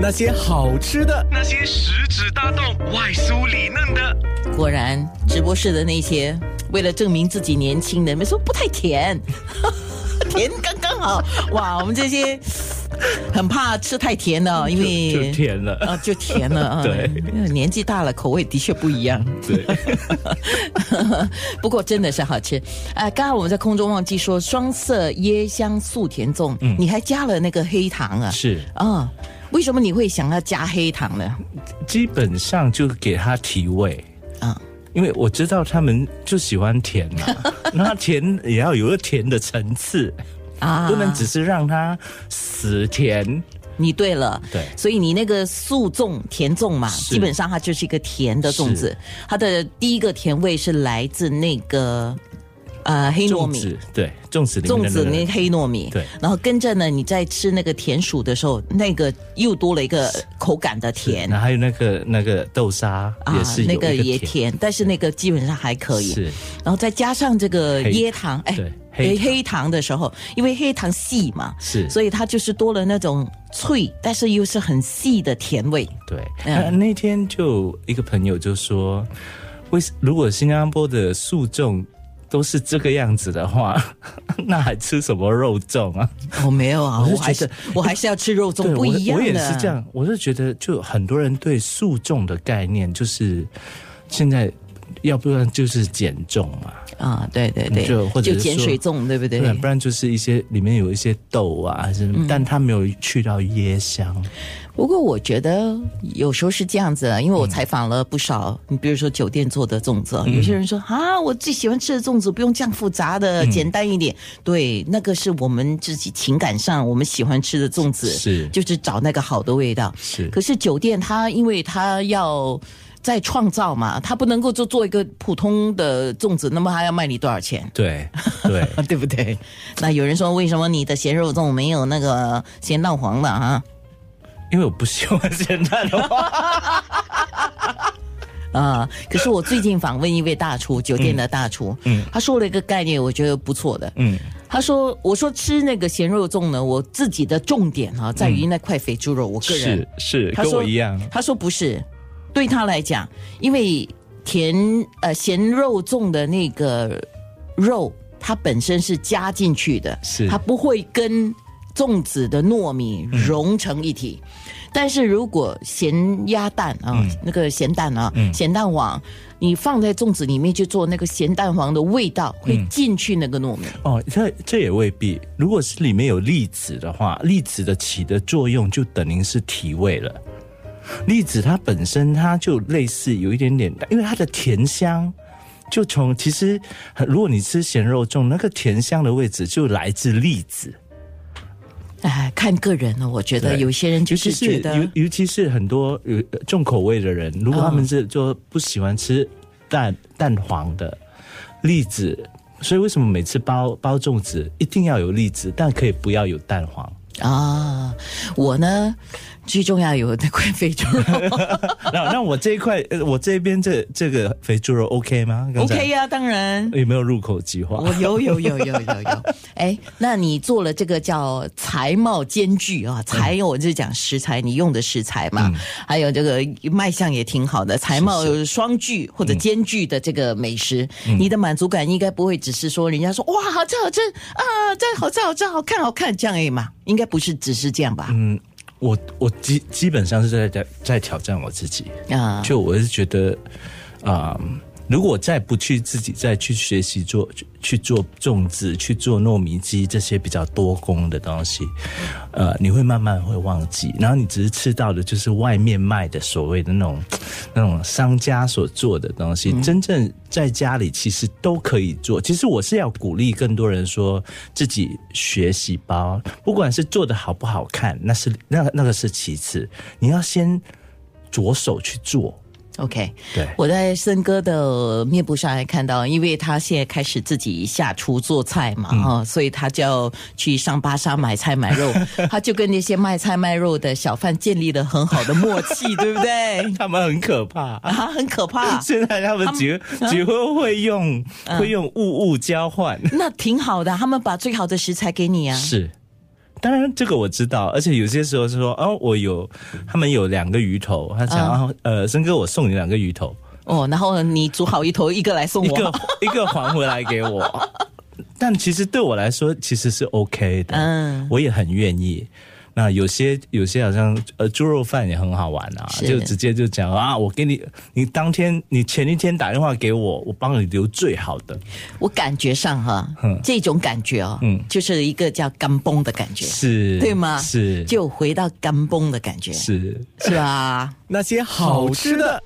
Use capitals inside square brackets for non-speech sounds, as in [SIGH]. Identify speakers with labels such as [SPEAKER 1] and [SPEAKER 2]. [SPEAKER 1] 那些好吃的。
[SPEAKER 2] 那些食指大动、外酥里嫩的，
[SPEAKER 3] 果然，直播室的那些为了证明自己年轻的，没说不太甜， [LAUGHS] 甜刚刚好。哇，我们这些很怕吃太甜的哦，因
[SPEAKER 4] 就
[SPEAKER 3] 为
[SPEAKER 4] 甜了。
[SPEAKER 3] [LAUGHS] 啊，就甜
[SPEAKER 4] [LAUGHS]
[SPEAKER 3] 了啊。
[SPEAKER 4] 对，
[SPEAKER 3] 年纪大了，口味的确不一样。
[SPEAKER 4] 对，
[SPEAKER 3] 不过真的是好吃。呃，刚刚我们在空中忘记说双色椰香素甜粽，你还加了那个黑糖
[SPEAKER 4] [LAUGHS]
[SPEAKER 3] 啊？
[SPEAKER 4] 嗯是
[SPEAKER 3] 啊、为什么你会想要加黑糖呢？
[SPEAKER 4] 基本上就给它提味。
[SPEAKER 3] 啊、
[SPEAKER 4] 因为我知道他们就喜欢甜嘛、
[SPEAKER 3] [LAUGHS]
[SPEAKER 4] 那甜也要有个甜的层次，
[SPEAKER 3] 啊，
[SPEAKER 4] 不能只是让它死甜。
[SPEAKER 3] 你对了，
[SPEAKER 4] 对
[SPEAKER 3] 所以你那个素粽甜粽嘛，
[SPEAKER 4] 是
[SPEAKER 3] 基本上它就是一个甜的粽子
[SPEAKER 4] 是，
[SPEAKER 3] 它的第一个甜味是来自那个呃黑糯
[SPEAKER 4] 粽
[SPEAKER 3] 米
[SPEAKER 4] 子。对，粽子里面
[SPEAKER 3] 粽
[SPEAKER 4] 的
[SPEAKER 3] 子那
[SPEAKER 4] 那
[SPEAKER 3] 个
[SPEAKER 4] 个
[SPEAKER 3] 黑糯米，
[SPEAKER 4] 对
[SPEAKER 3] 然后跟着呢，你在吃那个甜薯的时候，那个又多了一个口感的甜
[SPEAKER 4] 然后还有那个那个豆沙也是有
[SPEAKER 3] 啊那
[SPEAKER 4] 一
[SPEAKER 3] 个
[SPEAKER 4] 个
[SPEAKER 3] 也甜，但是那个基本上还可以。
[SPEAKER 4] 是
[SPEAKER 3] 然后再加上这个
[SPEAKER 4] 黑
[SPEAKER 3] 椰糖，哎
[SPEAKER 4] 对，
[SPEAKER 3] 黑
[SPEAKER 4] 黑
[SPEAKER 3] 黑糖的时候，因为黑糖细嘛，
[SPEAKER 4] 是
[SPEAKER 3] 所以它就是多了那种脆，但是又是很细的甜味。
[SPEAKER 4] 对，
[SPEAKER 3] 嗯
[SPEAKER 4] 那那天就一个朋友就说，为什如果新加坡的素粽都是这个样子的话， [LAUGHS] 那还吃什么肉粽啊？
[SPEAKER 3] [LAUGHS] 我、没有啊，
[SPEAKER 4] 我是
[SPEAKER 3] 我
[SPEAKER 4] 觉
[SPEAKER 3] 还是
[SPEAKER 4] 得
[SPEAKER 3] 我还是要吃肉粽，
[SPEAKER 4] 对
[SPEAKER 3] 不一样
[SPEAKER 4] 我。
[SPEAKER 3] 的。
[SPEAKER 4] 我也是这样，我是觉得就很多人对素粽的概念就是现在，要不然就是减重嘛，
[SPEAKER 3] 啊，对对对，
[SPEAKER 4] 就或者是
[SPEAKER 3] 碱
[SPEAKER 4] 说
[SPEAKER 3] 水粽，对不对
[SPEAKER 4] 不？然不然就是一些里面有一些豆啊还是什么，但它没有去到椰香。
[SPEAKER 3] 不过我觉得有时候是这样子，啊因为
[SPEAKER 4] 嗯
[SPEAKER 3] 我采访了不少，你、比如说酒店做的粽子，有些人说啊，我最喜欢吃的粽子不用这样复杂的，简单一点。
[SPEAKER 4] 嗯
[SPEAKER 3] 对，那个是我们自己情感上我们喜欢吃的粽子，
[SPEAKER 4] 是
[SPEAKER 3] 就是找那个好的味道。
[SPEAKER 4] 是
[SPEAKER 3] 可是酒店它因为它要。再创造嘛，它不能够就做一个普通的粽子，那么它要卖你多少钱？
[SPEAKER 4] 对
[SPEAKER 3] [LAUGHS]
[SPEAKER 4] 对，
[SPEAKER 3] 啊，对不对？那有人说，为什么你的咸肉粽没有那个咸蛋黄的啊？
[SPEAKER 4] 因为我不喜欢咸蛋的话，
[SPEAKER 3] 啊、可是我最近访问一位大厨，酒店的大厨，嗯，他说了一个概念，我觉得不错的，
[SPEAKER 4] [LAUGHS] 嗯，
[SPEAKER 3] 他说，我说吃那个咸肉粽呢，我自己的重点啊，在于那块肥猪肉，我个人
[SPEAKER 4] 是是
[SPEAKER 3] 他
[SPEAKER 4] 跟
[SPEAKER 3] 说
[SPEAKER 4] 我一样，
[SPEAKER 3] 他说不是，对他来讲，因为甜呃咸肉粽的那个肉，它本身是加进去的，
[SPEAKER 4] 是
[SPEAKER 3] 它不会跟粽子的糯米融成一体。
[SPEAKER 4] 嗯
[SPEAKER 3] 但是如果咸鸭蛋啊，那个咸蛋啊，
[SPEAKER 4] 嗯
[SPEAKER 3] 咸蛋黄。你放在粽子里面去做那个咸蛋黄的味道，
[SPEAKER 4] 嗯
[SPEAKER 3] 会进去那个糯米。
[SPEAKER 4] 哦，这这也未必。如果是里面有粒子的话，粒子的起的作用就等于是提味了。粒子它本身它就类似有一点点，因为它的甜香就从其实如果你吃咸肉粽，那个甜香的位置就来自粒子。
[SPEAKER 3] 哎，看个人了，我觉得
[SPEAKER 4] 对
[SPEAKER 3] 有些人就
[SPEAKER 4] 尤
[SPEAKER 3] 是
[SPEAKER 4] 其
[SPEAKER 3] 觉
[SPEAKER 4] 是
[SPEAKER 3] 得
[SPEAKER 4] 尤尤其是很多有呃重口味的人，如果他
[SPEAKER 3] 嗯
[SPEAKER 4] 们是就不喜欢吃蛋蛋黄的栗子，所以为什么每次包包粽子一定要有栗子，但可以不要有蛋黄？
[SPEAKER 3] 啊，我呢最重要有那块非洲肉
[SPEAKER 4] 那那我这一块，呃我这边这这个肥猪肉 OK 吗 [LAUGHS] 刚才哦
[SPEAKER 3] ，OK 呀、当然。
[SPEAKER 4] 有没有入口即化？
[SPEAKER 3] 我有有有有
[SPEAKER 4] [LAUGHS]
[SPEAKER 3] 有有，哎，那你做了这个叫财贸兼具
[SPEAKER 4] 嗯
[SPEAKER 3] 啊，财我就讲食材，你用的食材嘛，还有这个卖相也挺好的，财贸双具或者兼具的这个美食，
[SPEAKER 4] 嗯
[SPEAKER 3] 你的满足感应该不会只是说人家说哇好吃好吃啊，这好吃好吃好看好看这样而已嘛，应该不是只是这样吧？
[SPEAKER 4] 嗯，我我基基本上是在在在挑战我自己。
[SPEAKER 3] 啊，
[SPEAKER 4] 就我是觉得，啊、如果再不去自己再去学习做去去做种植、去做糯米鸡这些比较多工的东西，呃，你会慢慢会忘记，然后你只是吃到的就是外面卖的所谓的那种那种商家所做的东西，真正在家里其实都可以做。其实我是要鼓励更多人说自己学习包，不管是做的好不好看，那是那那个是其次，你要先着手去做。
[SPEAKER 3] OK，
[SPEAKER 4] 对
[SPEAKER 3] 我在森哥的面部上还看到，因为他现在开始自己下厨做菜嘛，
[SPEAKER 4] 嗯
[SPEAKER 3] 哈、所以他就要去上巴沙买菜买
[SPEAKER 4] [LAUGHS]
[SPEAKER 3] 肉，他就跟那些卖菜卖肉的小贩建立了很好的默契，对不
[SPEAKER 4] [LAUGHS]
[SPEAKER 3] 对？
[SPEAKER 4] 他们很可怕。
[SPEAKER 3] 啊，很可怕，
[SPEAKER 4] 现在他们嗯结结婚会用、会用物物交换，
[SPEAKER 3] 那挺好的，他们把最好的食材给你啊，
[SPEAKER 4] 是，当然这个我知道，而且有些时候是说，哦，我有他们有两个鱼头，他想要、呃，森哥，我送你两个鱼头，
[SPEAKER 3] 哦，然后你煮好一头，一个来送
[SPEAKER 4] 一
[SPEAKER 3] 我。
[SPEAKER 4] 个一个还回来给我。但其实对我来说，其实是 OK 的，
[SPEAKER 3] 嗯
[SPEAKER 4] 我也很愿意。那有些有些好像呃猪肉饭也很好玩啊，
[SPEAKER 3] 是
[SPEAKER 4] 就直接就讲啊，我给你，你当天你前一天打电话给我，我帮你留最好的，
[SPEAKER 3] 我感觉上哈，这种感觉哦，
[SPEAKER 4] 嗯
[SPEAKER 3] 就是一个叫干崩的感觉，
[SPEAKER 4] 是
[SPEAKER 3] 对吗？
[SPEAKER 4] 是
[SPEAKER 3] 就回到干崩的感觉，
[SPEAKER 4] 是
[SPEAKER 3] 是吧？
[SPEAKER 4] 那些好吃的。